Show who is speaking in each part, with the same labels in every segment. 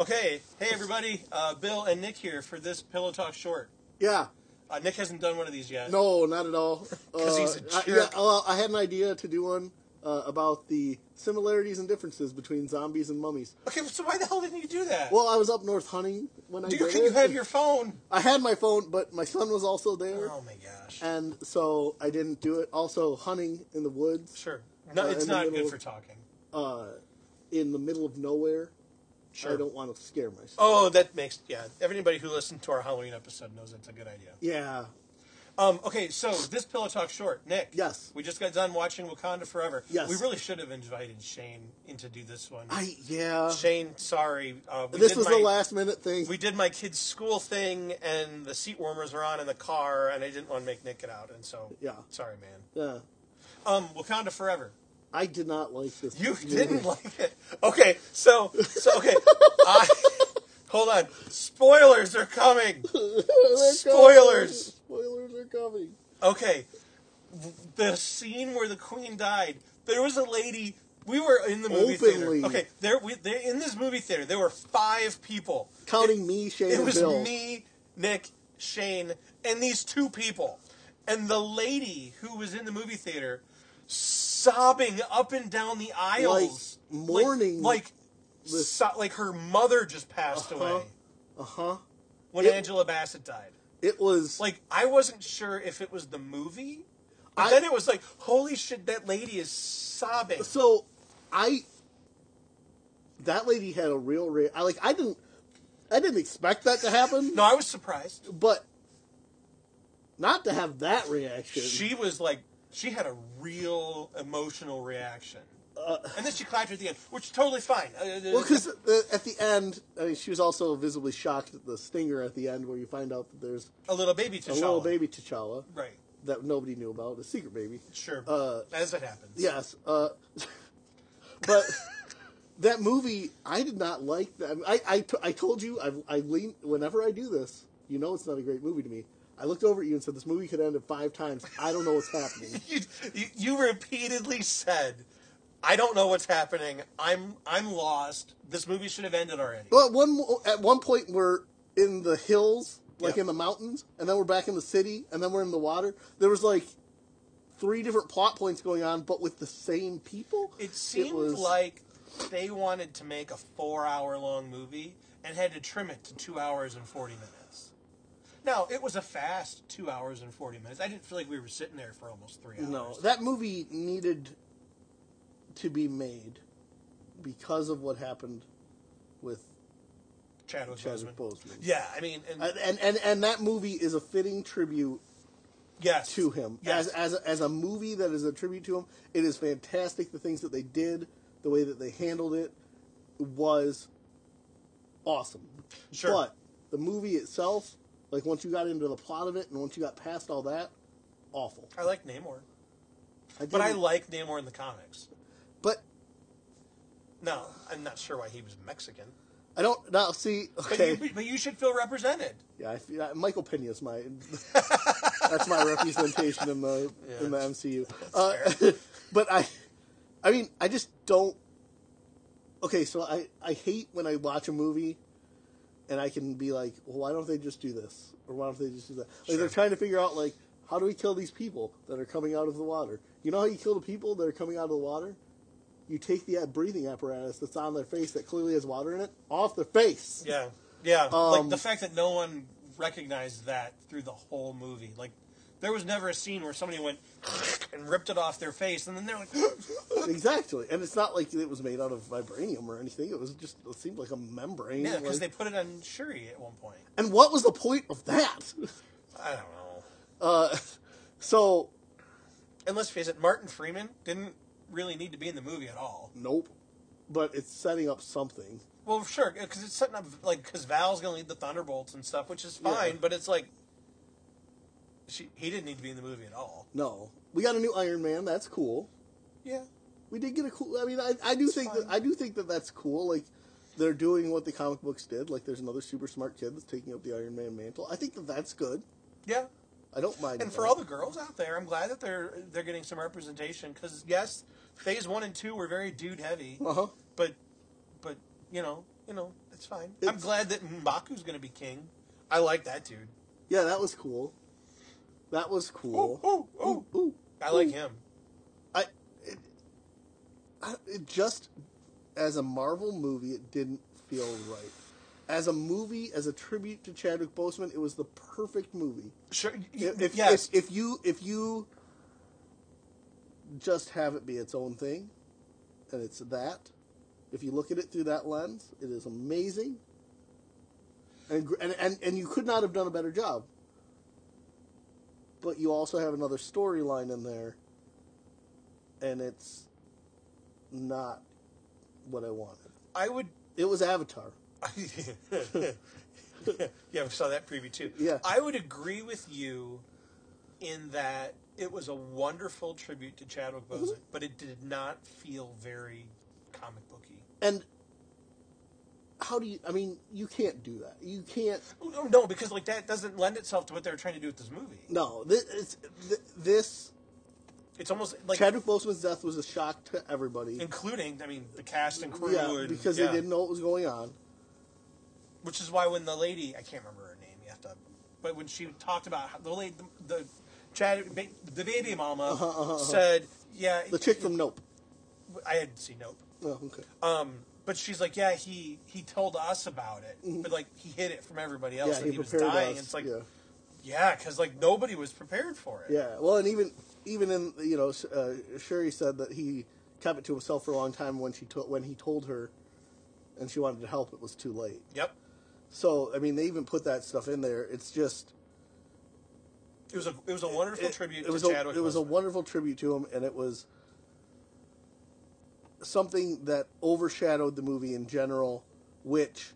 Speaker 1: Okay, hey everybody, uh, Bill and Nick here for this Pillow Talk Short.
Speaker 2: Yeah.
Speaker 1: Uh, Nick hasn't done one of these yet.
Speaker 2: No, not at all. Uh,
Speaker 1: 'Cause he's a
Speaker 2: I,
Speaker 1: jerk.
Speaker 2: yeah, well, I had an idea to do one uh, about the similarities and differences between zombies and mummies.
Speaker 1: Okay, so why the hell didn't you do that?
Speaker 2: Well, I was up north hunting when I
Speaker 1: Dude,
Speaker 2: did
Speaker 1: can you
Speaker 2: it.
Speaker 1: have your phone?
Speaker 2: I had my phone, but my son was also there,
Speaker 1: Oh my gosh.
Speaker 2: and so I didn't do it. Also, hunting in the woods,
Speaker 1: Sure. No,
Speaker 2: Uh,
Speaker 1: it's
Speaker 2: in the
Speaker 1: not good
Speaker 2: middle-
Speaker 1: for talking.
Speaker 2: uh, in the middle of nowhere.
Speaker 1: Sure.
Speaker 2: I don't want to scare myself.
Speaker 1: Oh, that makes yeah. Everybody who listened to our Halloween episode knows that's a good idea.
Speaker 2: Yeah.
Speaker 1: Um, okay, so this Pillow Talk Short, Nick.
Speaker 2: Yes.
Speaker 1: We just got done watching Wakanda Forever.
Speaker 2: Yes.
Speaker 1: We really should have invited Shane in to do this one.
Speaker 2: I yeah.
Speaker 1: Shane, sorry. Uh, we
Speaker 2: this
Speaker 1: did
Speaker 2: was
Speaker 1: my-
Speaker 2: the last minute thing.
Speaker 1: we did my kid's school thing and the seat warmers were on in the car and I didn't want to make Nick get out and so
Speaker 2: Yeah.
Speaker 1: sorry man.
Speaker 2: yeah.
Speaker 1: Um Wakanda Forever.
Speaker 2: I did not like this.
Speaker 1: You
Speaker 2: movie.
Speaker 1: didn't like it. Okay, so so okay. I, hold on. Spoilers are coming.
Speaker 2: They're
Speaker 1: Spoilers.
Speaker 2: Coming. Spoilers are coming.
Speaker 1: Okay. The scene where the queen died, there was a lady we were in the movie
Speaker 2: Openly.
Speaker 1: theater. Okay, there we there in this movie theater there were five people.
Speaker 2: Counting me, Shane,
Speaker 1: It
Speaker 2: and
Speaker 1: was
Speaker 2: Bill.
Speaker 1: me, Nick, Shane, and these two people. And the lady who was in the movie theater sobbing up and down the aisles.
Speaker 2: Like, mourning
Speaker 1: Like, like,
Speaker 2: this-
Speaker 1: so- like her mother just passed
Speaker 2: Uh-huh.
Speaker 1: away
Speaker 2: Uh huh.
Speaker 1: when
Speaker 2: It-
Speaker 1: Angela Bassett died.
Speaker 2: It was
Speaker 1: Like, I wasn't sure if it was the movie. But
Speaker 2: I-
Speaker 1: then it was like, holy shit, that lady is sobbing.
Speaker 2: so. I that lady had a real. Re- I like. I didn't. I didn't expect that to happen,
Speaker 1: No, I was surprised.
Speaker 2: but not to have that reaction.
Speaker 1: She was like, she had a real emotional reaction. and then she clapped at the end, which is totally fine. Uh,
Speaker 2: Uh, well, because at the end, I mean, she was also visibly shocked at the stinger at the end, where you find out that there's
Speaker 1: a little baby
Speaker 2: a
Speaker 1: T'Challa.
Speaker 2: little baby T'Challa
Speaker 1: Right.
Speaker 2: that nobody knew about, a secret baby.
Speaker 1: Sure.
Speaker 2: Uh,
Speaker 1: As it happens.
Speaker 2: Yes, uh, but that movie I did not like. That I I, t- I told you I've, I lean whenever I do this. You know it's not a great movie to me. I looked over at you and said this movie could end at five times. I don't know what's happening.
Speaker 1: You, you, you repeatedly said, "I don't know what's happening. I'm I'm lost. This movie should have ended already."
Speaker 2: But one mo- at one point we're in the hills, like
Speaker 1: Yeah.
Speaker 2: in the mountains, and then we're back in the city, and then we're in the water. There was like three different plot points going on, but with the same people.
Speaker 1: it seemed
Speaker 2: was-
Speaker 1: like they wanted to make a four-hour-long movie and had to trim it to two hours and forty minutes. Now it was a fast two hours and forty minutes. I didn't feel like we were sitting there for almost three hours.
Speaker 2: No, that movie needed to be made because of what happened with
Speaker 1: Chadwick,
Speaker 2: Chadwick
Speaker 1: Boseman.
Speaker 2: Boseman.
Speaker 1: Yeah, I mean, and,
Speaker 2: And, and and and that movie is a fitting tribute
Speaker 1: yes,
Speaker 2: to him
Speaker 1: Yes.
Speaker 2: as as as a movie that is a tribute to him. It is fantastic. The things that they did, the way that they handled it, was awesome.
Speaker 1: Sure.
Speaker 2: But the movie itself, like once you got into the plot of it, and once you got past all that, awful.
Speaker 1: I like Namor,
Speaker 2: I
Speaker 1: but I
Speaker 2: didn't-
Speaker 1: like Namor in the comics.
Speaker 2: but
Speaker 1: No, I'm not sure why he was Mexican.
Speaker 2: I don't now see.
Speaker 1: But,
Speaker 2: Okay,
Speaker 1: you, but you should feel represented.
Speaker 2: Yeah, I feel, uh, Michael Pena's my that's my representation in the
Speaker 1: Yeah,
Speaker 2: in the MCU. Uh, but I, I mean, I just don't. Okay, so I I hate when I watch a movie, and I can be like, well, why don't they just do this or why don't they just do that? Like
Speaker 1: Sure.
Speaker 2: they're trying to figure out like how do we kill these people that are coming out of the water? You know how you kill the people that are coming out of the water? You take the uh, breathing apparatus that's on their face that clearly has water in it off their face.
Speaker 1: Yeah, yeah. like
Speaker 2: Um,
Speaker 1: the fact that no one recognized that through the whole movie. Like there was never a scene where somebody went and ripped it off their face, and then they're like,
Speaker 2: Exactly, and it's not like it was made out of vibranium or anything. It was just it seemed like a membrane.
Speaker 1: yeah, because
Speaker 2: like-
Speaker 1: they put it on Shuri at one point.
Speaker 2: and what was the point of that?
Speaker 1: I don't know.
Speaker 2: Uh, so
Speaker 1: And let's face it, Martin Freeman didn't really need to be in the movie at all.
Speaker 2: nope, but it's setting up something.
Speaker 1: Well, sure, because it's setting up like because Val's gonna lead the Thunderbolts and stuff, which is fine.
Speaker 2: Yeah.
Speaker 1: But it's like she, he didn't need to be in the movie at all.
Speaker 2: No, we got a new Iron Man. That's cool.
Speaker 1: Yeah,
Speaker 2: We did get a cool. I mean, I, I do think that
Speaker 1: fine.
Speaker 2: I do think that that's cool. Like they're doing what the comic books did. Like there's another super smart kid that's taking up the Iron Man mantle. I think that that's good.
Speaker 1: yeah.
Speaker 2: I don't mind.
Speaker 1: And for
Speaker 2: that.
Speaker 1: all the girls out there, I'm glad that they're they're getting some
Speaker 2: Uh-huh.
Speaker 1: representation because yes, phase one and two were very dude heavy,
Speaker 2: uh huh.
Speaker 1: but but you know, you know, it's fine. I'm
Speaker 2: It's-
Speaker 1: glad that Mbaku's going to be king. I like that dude.
Speaker 2: Yeah, that was cool. That was cool.
Speaker 1: Ooh, ooh, ooh.
Speaker 2: Ooh.
Speaker 1: I like
Speaker 2: Ooh.
Speaker 1: him.
Speaker 2: I, it, I it just as a Marvel movie, it didn't feel right. As a movie, as a tribute to Chadwick Boseman, it was the perfect movie.
Speaker 1: Sure.
Speaker 2: If, if,
Speaker 1: yes.
Speaker 2: if, if you if you just have it be its own thing, and it's that. If you look at it through that lens, it is amazing. And gr- and and, and you could not have done a better job. But you also have another storyline in there, and it's not what I wanted.
Speaker 1: I would.
Speaker 2: It was Avatar.
Speaker 1: yeah, I saw that preview too.
Speaker 2: Yeah.
Speaker 1: I would agree with you in that it was a wonderful tribute to Chadwick
Speaker 2: Mm-hmm.
Speaker 1: Boseman, but it did not feel very comic booky.
Speaker 2: And how do you? I mean, you can't do that. You can't.
Speaker 1: Oh, No, No, because like that doesn't lend itself to what they were trying to do with this movie.
Speaker 2: No, this it's, th- this
Speaker 1: It's almost like
Speaker 2: Chadwick Boseman's death was a shock to everybody.
Speaker 1: including I mean the cast and crew
Speaker 2: Yeah,
Speaker 1: and,
Speaker 2: because
Speaker 1: yeah.
Speaker 2: they didn't know what was going on.
Speaker 1: which is why when the lady I can't remember her name, you have to, but when she talked about how, the lady, the, the Chad, ba- the baby mama said, yeah,
Speaker 2: Uh-huh, The chick from Nope.
Speaker 1: I hadn't seen Nope,
Speaker 2: Oh, okay.
Speaker 1: um, but she's like, yeah, he he told us about it, but like he hid it from everybody else
Speaker 2: Mm-hmm. yeah,
Speaker 1: that
Speaker 2: he,
Speaker 1: he, was
Speaker 2: prepared
Speaker 1: dying.
Speaker 2: us.
Speaker 1: It's like,
Speaker 2: yeah.
Speaker 1: yeah, because like nobody was prepared for it.
Speaker 2: yeah. Well, and even even in you know, Sh- uh, Sherry said that he kept it to himself for a long time when she to- when he told her, and she wanted to help. It was too late.
Speaker 1: Yep,
Speaker 2: So I mean, they even put that stuff in there. It's just
Speaker 1: it was a it was a wonderful
Speaker 2: it-
Speaker 1: tribute
Speaker 2: it was
Speaker 1: to
Speaker 2: a,
Speaker 1: Chadwick.
Speaker 2: It was a
Speaker 1: Boseman.
Speaker 2: wonderful tribute to him, and it was something that overshadowed the movie in general, which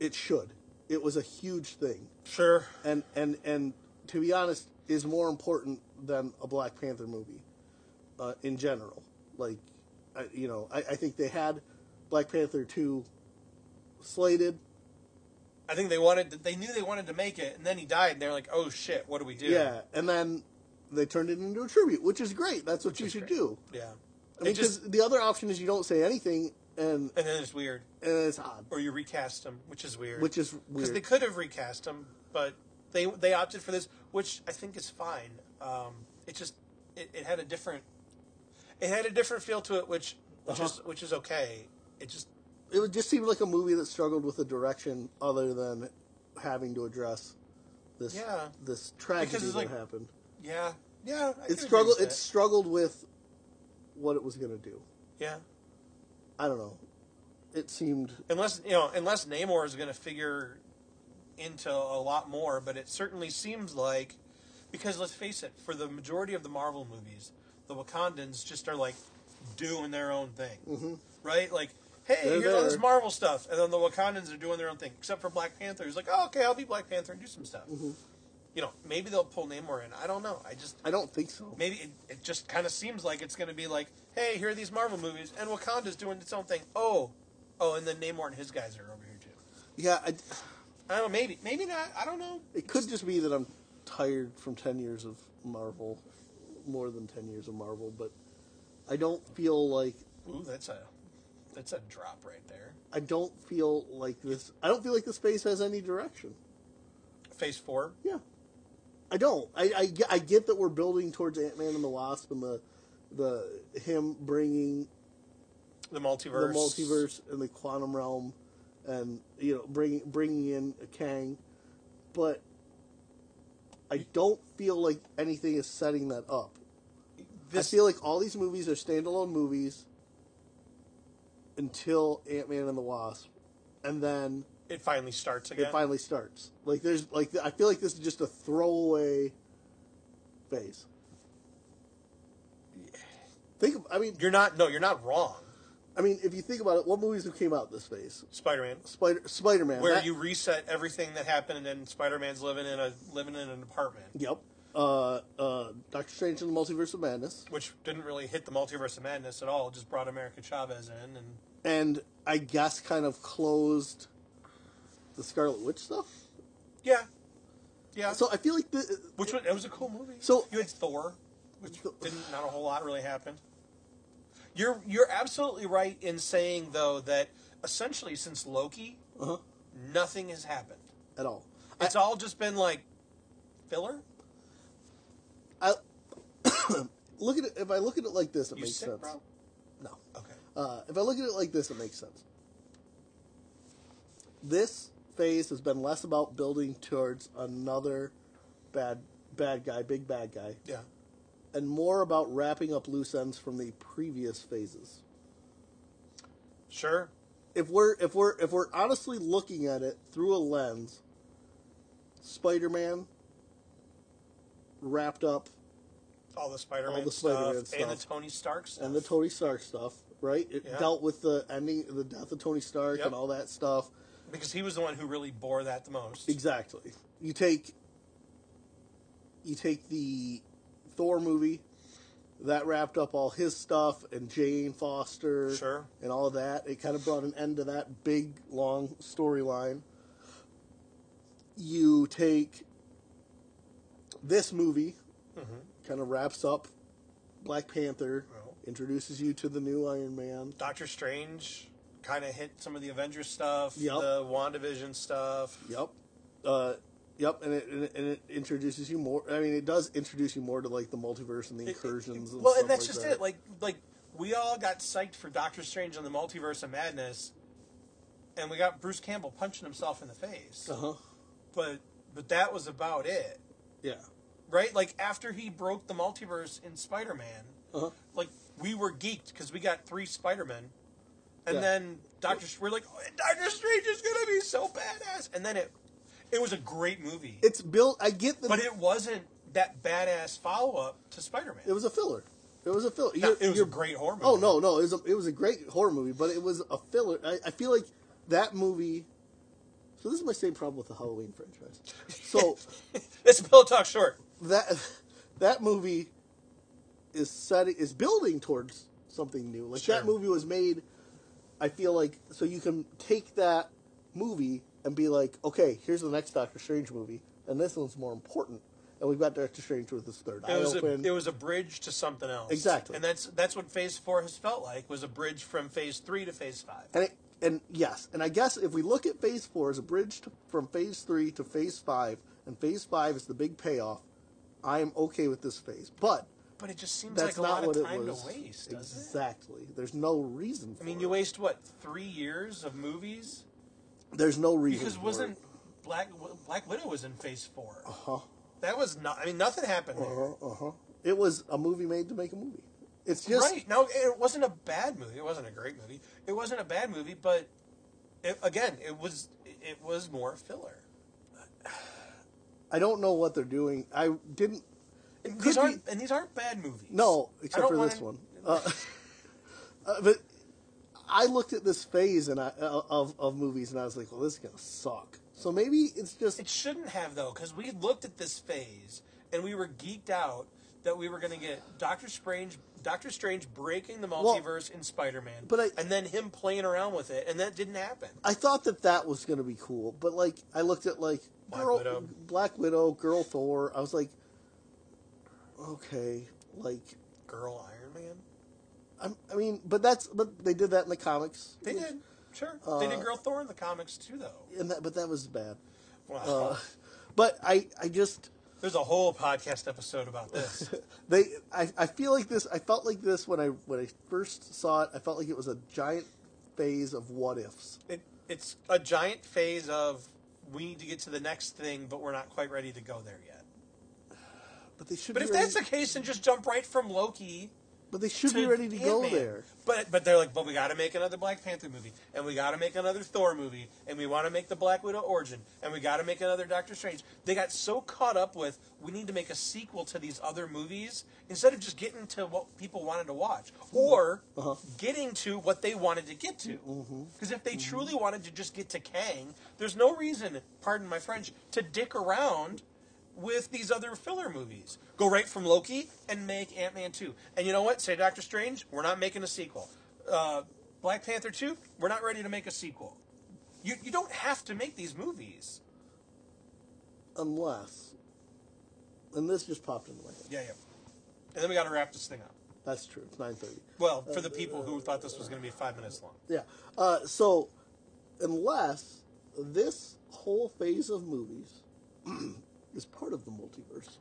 Speaker 2: it should. It was a huge thing,
Speaker 1: sure.
Speaker 2: and and and to be honest, is more important than a Black Panther movie uh, in general. Like, I, you know, I, I think they had Black Panther two slated.
Speaker 1: I think they wanted to, they knew they wanted to make it, and then he died, and they're like, oh shit, what do we do?
Speaker 2: Yeah, and then they turned it into a tribute, which is great. That's what you
Speaker 1: is
Speaker 2: should
Speaker 1: great.
Speaker 2: do.
Speaker 1: yeah.
Speaker 2: I
Speaker 1: It
Speaker 2: mean, because
Speaker 1: just
Speaker 2: the other option is you don't say anything, and,
Speaker 1: and then it's weird.
Speaker 2: and it's odd,
Speaker 1: or you recast him, which is weird.
Speaker 2: which is
Speaker 1: because
Speaker 2: weird.
Speaker 1: they could have recast him, but they they opted for this, which I think is fine. Um, it just it, it had a different it had a different feel to it, which which
Speaker 2: Uh-huh.
Speaker 1: is which is okay. It just
Speaker 2: it would just seem like a movie that struggled with a direction other than having to address this
Speaker 1: Yeah.
Speaker 2: this tragedy that
Speaker 1: like-
Speaker 2: happened.
Speaker 1: yeah yeah I can
Speaker 2: It
Speaker 1: agree
Speaker 2: struggled.
Speaker 1: with
Speaker 2: It
Speaker 1: that.
Speaker 2: struggled with what it was going to do.
Speaker 1: yeah
Speaker 2: I don't know. It seemed
Speaker 1: unless you know unless Namor is going to figure into a lot more, but it certainly seems like because let's face it, for the majority of the Marvel movies, the Wakandans just are like doing their own thing, right? Like, hey,
Speaker 2: Mm-hmm. They're
Speaker 1: here's all this
Speaker 2: there.
Speaker 1: Marvel stuff, and then the Wakandans are doing their own thing, except for Black Panther, who's like, oh, okay, I'll be Black Panther and do some stuff.
Speaker 2: Mm-hmm.
Speaker 1: You know, maybe they'll pull Namor in. I don't know. I just
Speaker 2: I don't think so.
Speaker 1: maybe it, it just kind of seems like it's going to be like, hey, here are these Marvel movies, and Wakanda's doing its own thing. Oh, oh, and then Namor and his guys are over here too.
Speaker 2: Yeah, I,
Speaker 1: I don't know, maybe, maybe not. I don't know.
Speaker 2: it could just be that I'm tired from ten years of Marvel, more than ten years of Marvel, but I don't feel like
Speaker 1: Ooh, that's a that's a drop right there.
Speaker 2: I don't feel like this. I don't feel like the space has any direction.
Speaker 1: Phase four.
Speaker 2: Yeah, I don't. I, I, ge- I get that we're building towards Ant Man and the Wasp and the the him bringing
Speaker 1: The multiverse.
Speaker 2: the multiverse and the quantum realm, and you know bringing bringing in Kang, but I don't feel like anything is setting that up.
Speaker 1: This,
Speaker 2: I feel like all these movies are standalone movies until Ant Man and the Wasp, and then.
Speaker 1: it finally starts
Speaker 2: it
Speaker 1: again.
Speaker 2: finally starts. Like there's like I feel like this is just a throwaway phase. Think of, I mean
Speaker 1: you're not. No, you're not wrong.
Speaker 2: I mean if you think about it, what movies have came out this phase?
Speaker 1: Spider-Man,
Speaker 2: Spider Spider Man.
Speaker 1: where you reset everything that happened, and then Spider-Man's living in a living in an apartment,
Speaker 2: Yep. Uh, uh, Doctor Strange and the Multiverse of Madness.
Speaker 1: which didn't really hit the multiverse of madness at all. It just brought America Chavez in, and
Speaker 2: And I guess kind of closed the Scarlet Witch stuff.
Speaker 1: yeah, yeah.
Speaker 2: So I feel like the
Speaker 1: which was, it was a cool movie.
Speaker 2: So-
Speaker 1: you had Thor, which didn't not a whole lot really happened. You're you're absolutely right in saying though that essentially since Loki,
Speaker 2: Uh-huh.
Speaker 1: nothing has happened.
Speaker 2: At all. I,
Speaker 1: It's all just been like filler.
Speaker 2: I look at it if I look at it like this, it
Speaker 1: You
Speaker 2: makes
Speaker 1: sick,
Speaker 2: sense.
Speaker 1: bro?
Speaker 2: No.
Speaker 1: Okay.
Speaker 2: Uh, if I look at it like this, it makes sense. This phase has been less about building towards another bad bad guy, big bad guy,
Speaker 1: Yeah.
Speaker 2: and more about wrapping up loose ends from the previous phases.
Speaker 1: Sure.
Speaker 2: If we're if we're if we're honestly looking at it through a lens, Spider-Man wrapped up
Speaker 1: All the Spider-Man,
Speaker 2: All the
Speaker 1: stuff,
Speaker 2: Spider-Man
Speaker 1: and the
Speaker 2: stuff.
Speaker 1: Tony Stark stuff.
Speaker 2: and the Tony Stark stuff, right? It
Speaker 1: Yeah.
Speaker 2: dealt with the ending, the death of Tony Stark,
Speaker 1: Yep.
Speaker 2: and all that stuff.
Speaker 1: because he was the one who really bore that the most.
Speaker 2: Exactly. You take you take the Thor movie that wrapped up all his stuff and Jane Foster
Speaker 1: Sure.
Speaker 2: and all of that. It kind of brought an end to that big long storyline. You take this movie
Speaker 1: Mm-hmm.
Speaker 2: kind of wraps up Black Panther,
Speaker 1: Well.
Speaker 2: introduces you to the new Iron Man.
Speaker 1: Doctor Strange kind of hit some of the Avengers stuff,
Speaker 2: Yep.
Speaker 1: the WandaVision stuff.
Speaker 2: Yep. Uh, yep, and it, and it and it introduces you more. I mean, it does introduce you more to like the multiverse and the
Speaker 1: It- it-
Speaker 2: incursions. and
Speaker 1: well,
Speaker 2: stuff
Speaker 1: and that's
Speaker 2: like
Speaker 1: just
Speaker 2: that.
Speaker 1: it. Like, like we all got psyched for Doctor Strange and the Multiverse of Madness, and we got Bruce Campbell punching himself in the face.
Speaker 2: uh huh.
Speaker 1: But but that was about it,
Speaker 2: Yeah.
Speaker 1: right? Like after he broke the multiverse in Spider Man,
Speaker 2: Uh huh.
Speaker 1: like we were geeked because we got three Spider Men, and
Speaker 2: Yeah.
Speaker 1: then Doctor we're like "Oh, Doctor Strange is gonna be so badass, and then it it was a great movie,
Speaker 2: It's built. I get the.
Speaker 1: but it wasn't that badass follow up to Spider Man.
Speaker 2: it was a filler. It was a filler.
Speaker 1: It
Speaker 2: You're-
Speaker 1: was a
Speaker 2: you're-
Speaker 1: great horror movie.
Speaker 2: Oh no, no, it was a, it was a great horror movie, but it was a filler. I, I feel like that movie. So this is my same problem with the Halloween franchise. So
Speaker 1: It's Bill Talk Short.
Speaker 2: that that movie is setting is building towards something new. Like
Speaker 1: Sure.
Speaker 2: that movie was made, I feel like so you can take that movie and be like, okay, here's the next Doctor Strange movie, and this one's more important. And we've got Doctor Strange with his third eye
Speaker 1: It was, a,
Speaker 2: open.
Speaker 1: it was a bridge to something else.
Speaker 2: Exactly.
Speaker 1: And that's that's what phase four has felt like was a bridge from phase three to phase five.
Speaker 2: and it, and yes, and I guess if we look at Phase Four as a bridge to, from Phase Three to Phase Five, and Phase Five is the big payoff, I am okay with this phase. But
Speaker 1: But it just seems
Speaker 2: that's
Speaker 1: like a
Speaker 2: not
Speaker 1: lot
Speaker 2: what
Speaker 1: of
Speaker 2: it
Speaker 1: time
Speaker 2: was.
Speaker 1: to waste, doesn't it?
Speaker 2: exactly. There's no reason. For
Speaker 1: I mean,
Speaker 2: it.
Speaker 1: you waste what three years of movies
Speaker 2: There's no reason.
Speaker 1: because
Speaker 2: for
Speaker 1: wasn't
Speaker 2: it.
Speaker 1: Black Black Widow was in phase four?
Speaker 2: Huh?
Speaker 1: That was not. I mean, nothing happened there.
Speaker 2: Uh huh. It was a movie made to make a movie. It's just
Speaker 1: right. No, it wasn't a bad movie. It wasn't a great movie. It wasn't a bad movie, but it, again, it was it was more filler.
Speaker 2: I don't know what they're doing. I didn't. It
Speaker 1: And
Speaker 2: could
Speaker 1: these
Speaker 2: be-
Speaker 1: aren't and these aren't bad movies.
Speaker 2: no,
Speaker 1: I
Speaker 2: except
Speaker 1: don't
Speaker 2: for this one.
Speaker 1: wanna-
Speaker 2: Uh, uh, but I looked at this phase and I uh, of of movies and I was like, well, this is gonna suck. So maybe it's just
Speaker 1: It shouldn't have though, because we looked at this phase and we were geeked out that we were going to get Doctor Strange, Doctor Strange breaking the multiverse in Spider-Man,
Speaker 2: but I-
Speaker 1: and then him playing around with it, and that didn't happen.
Speaker 2: I thought that that was going to be cool, but like I looked at like
Speaker 1: Black
Speaker 2: girl,
Speaker 1: Widow.
Speaker 2: Black Widow, Girl Thor. I was like, okay, like
Speaker 1: Girl, Iron Man,
Speaker 2: I'm, I mean, but that's but they did that in the comics.
Speaker 1: they did, sure, they
Speaker 2: Uh,
Speaker 1: did Girl Thor in the comics too, though.
Speaker 2: and that but that was bad.
Speaker 1: Wow,
Speaker 2: Uh, but I I just
Speaker 1: there's a whole podcast episode about this.
Speaker 2: they I, I feel like this. I felt like this when I when I first saw it. I felt like it was a giant phase of what ifs.
Speaker 1: it, it's a giant phase of we need to get to the next thing, but we're not quite ready to go there yet.
Speaker 2: But they should.
Speaker 1: But
Speaker 2: be
Speaker 1: if
Speaker 2: ready,
Speaker 1: that's the case, then just jump right from Loki
Speaker 2: but they should be
Speaker 1: to
Speaker 2: ready to go
Speaker 1: Ant-Man.
Speaker 2: there.
Speaker 1: But but they're like, but we got to make another Black Panther movie, and we got to make another Thor movie, and we want to make the Black Widow origin, and we got to make another Doctor Strange. They got so caught up with we need to make a sequel to these other movies instead of just getting to what people wanted to watch or
Speaker 2: Uh-huh.
Speaker 1: getting to what they wanted to get to. Because
Speaker 2: Mm-hmm.
Speaker 1: if they truly wanted to just get to Kang, there's no reason, pardon my French, to dick around with these other filler movies. Go right from Loki and make Ant Man 2. And you know what? Say Doctor Strange, we're not making a sequel. Uh, Black Panther 2, we're not ready to make a sequel. You, you don't have to make these movies.
Speaker 2: Unless, and this just popped into my head.
Speaker 1: Yeah, yeah. And then we got to wrap this thing up.
Speaker 2: That's true. It's nine thirty.
Speaker 1: Well, for the people who thought this was going to be five minutes long.
Speaker 2: Yeah. Uh, so, unless this whole phase of movies is part of the multiverse,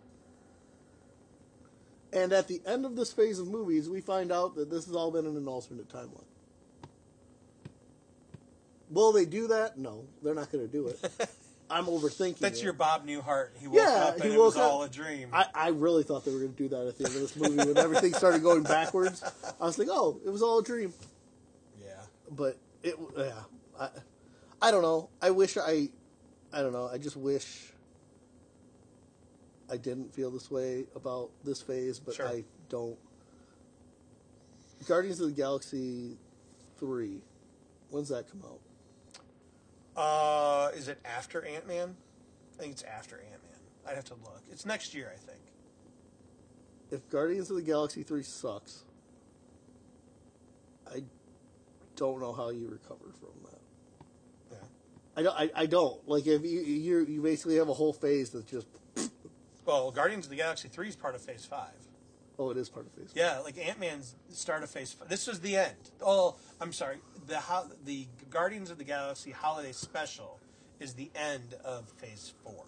Speaker 2: and at the end of this phase of movies, we find out that this has all been in an alternate timeline. Will they do that? No, they're not going to do it. I'm overthinking.
Speaker 1: That's
Speaker 2: it.
Speaker 1: your Bob Newhart. He woke
Speaker 2: Yeah,
Speaker 1: up and
Speaker 2: he
Speaker 1: it
Speaker 2: woke
Speaker 1: was
Speaker 2: up-
Speaker 1: all a dream.
Speaker 2: I, I really thought they were going to do that at the end of this movie when everything started going backwards. I was like, oh, it was all a dream.
Speaker 1: yeah.
Speaker 2: but it yeah I, I don't know i wish i i don't know i just wish i didn't feel this way about this phase but
Speaker 1: Sure.
Speaker 2: i don't guardians of the galaxy 3 when's that come out
Speaker 1: Uh, is it after Ant Man? I think it's after Ant Man. I'd have to look. It's next year, I think.
Speaker 2: if guardians of the galaxy 3 sucks i don't know how you recover from that
Speaker 1: Yeah.
Speaker 2: i don't i, I don't like if you you you basically have a whole phase that's just
Speaker 1: Well, Guardians of the Galaxy Three is part of Phase Five.
Speaker 2: oh it is part of phase
Speaker 1: Yeah, like Ant Man's start of Phase Five. This was the end. Oh, I'm sorry. The ho- the Guardians of the Galaxy Holiday Special is the end of Phase Four.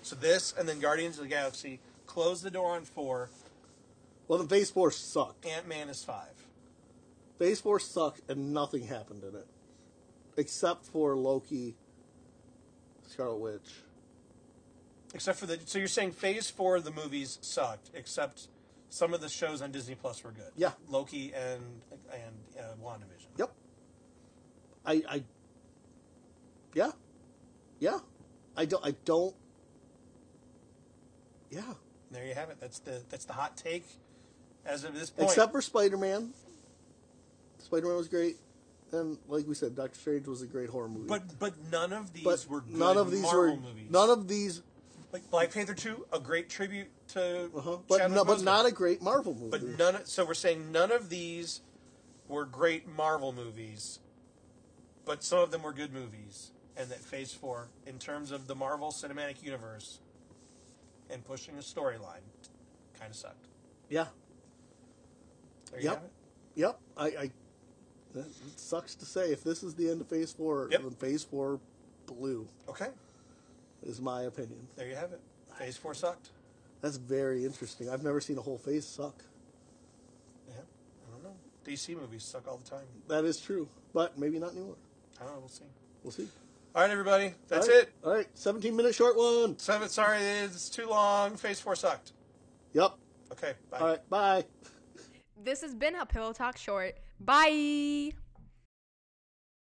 Speaker 1: So this and then Guardians of the Galaxy close the door on four.
Speaker 2: well the phase 4 sucked
Speaker 1: Ant Man is five.
Speaker 2: Phase Four sucked, and nothing happened in it, except for Loki, Scarlet Witch.
Speaker 1: Except for the so you're saying phase four of the movies sucked, except some of the shows on Disney Plus were good.
Speaker 2: Yeah.
Speaker 1: Loki and and uh, WandaVision.
Speaker 2: Yep. I, I. Yeah, yeah. I don't. I don't. Yeah.
Speaker 1: There you have it. That's the that's the hot take as of this point.
Speaker 2: Except for Spider Man. Spider Man was great, and like we said, Doctor Strange was a great horror movie.
Speaker 1: but but none of these
Speaker 2: but
Speaker 1: were good
Speaker 2: none of these
Speaker 1: Marvel
Speaker 2: were
Speaker 1: movies.
Speaker 2: none of these.
Speaker 1: like Black Panther two, a great tribute to
Speaker 2: Uh-huh, but
Speaker 1: Chadwick
Speaker 2: no, but
Speaker 1: Boseman.
Speaker 2: not a great Marvel movie.
Speaker 1: But none. So we're saying none of these were great Marvel movies, but some of them were good movies, and that Phase Four, in terms of the Marvel Cinematic Universe and pushing a storyline, kind of sucked.
Speaker 2: yeah.
Speaker 1: There you
Speaker 2: Yep.
Speaker 1: have it.
Speaker 2: Yep. I, I that sucks to say. If this is the end of phase four,
Speaker 1: Yep.
Speaker 2: then phase four blue
Speaker 1: Okay,
Speaker 2: is my opinion.
Speaker 1: there you have it. Phase Four sucked.
Speaker 2: That's very interesting. I've never seen a whole phase suck.
Speaker 1: Yeah, I don't know. DC movies suck all the time.
Speaker 2: That is true. But maybe not anymore.
Speaker 1: I don't know. We'll see.
Speaker 2: We'll see.
Speaker 1: All right, everybody. That's
Speaker 2: All right.
Speaker 1: it.
Speaker 2: All right. Seventeen minute short one.
Speaker 1: Seven. Sorry, it's too long. Phase Four sucked.
Speaker 2: Yep.
Speaker 1: Okay. Bye.
Speaker 2: All right. Bye.
Speaker 3: This has been a Pillow Talk Short. Bye.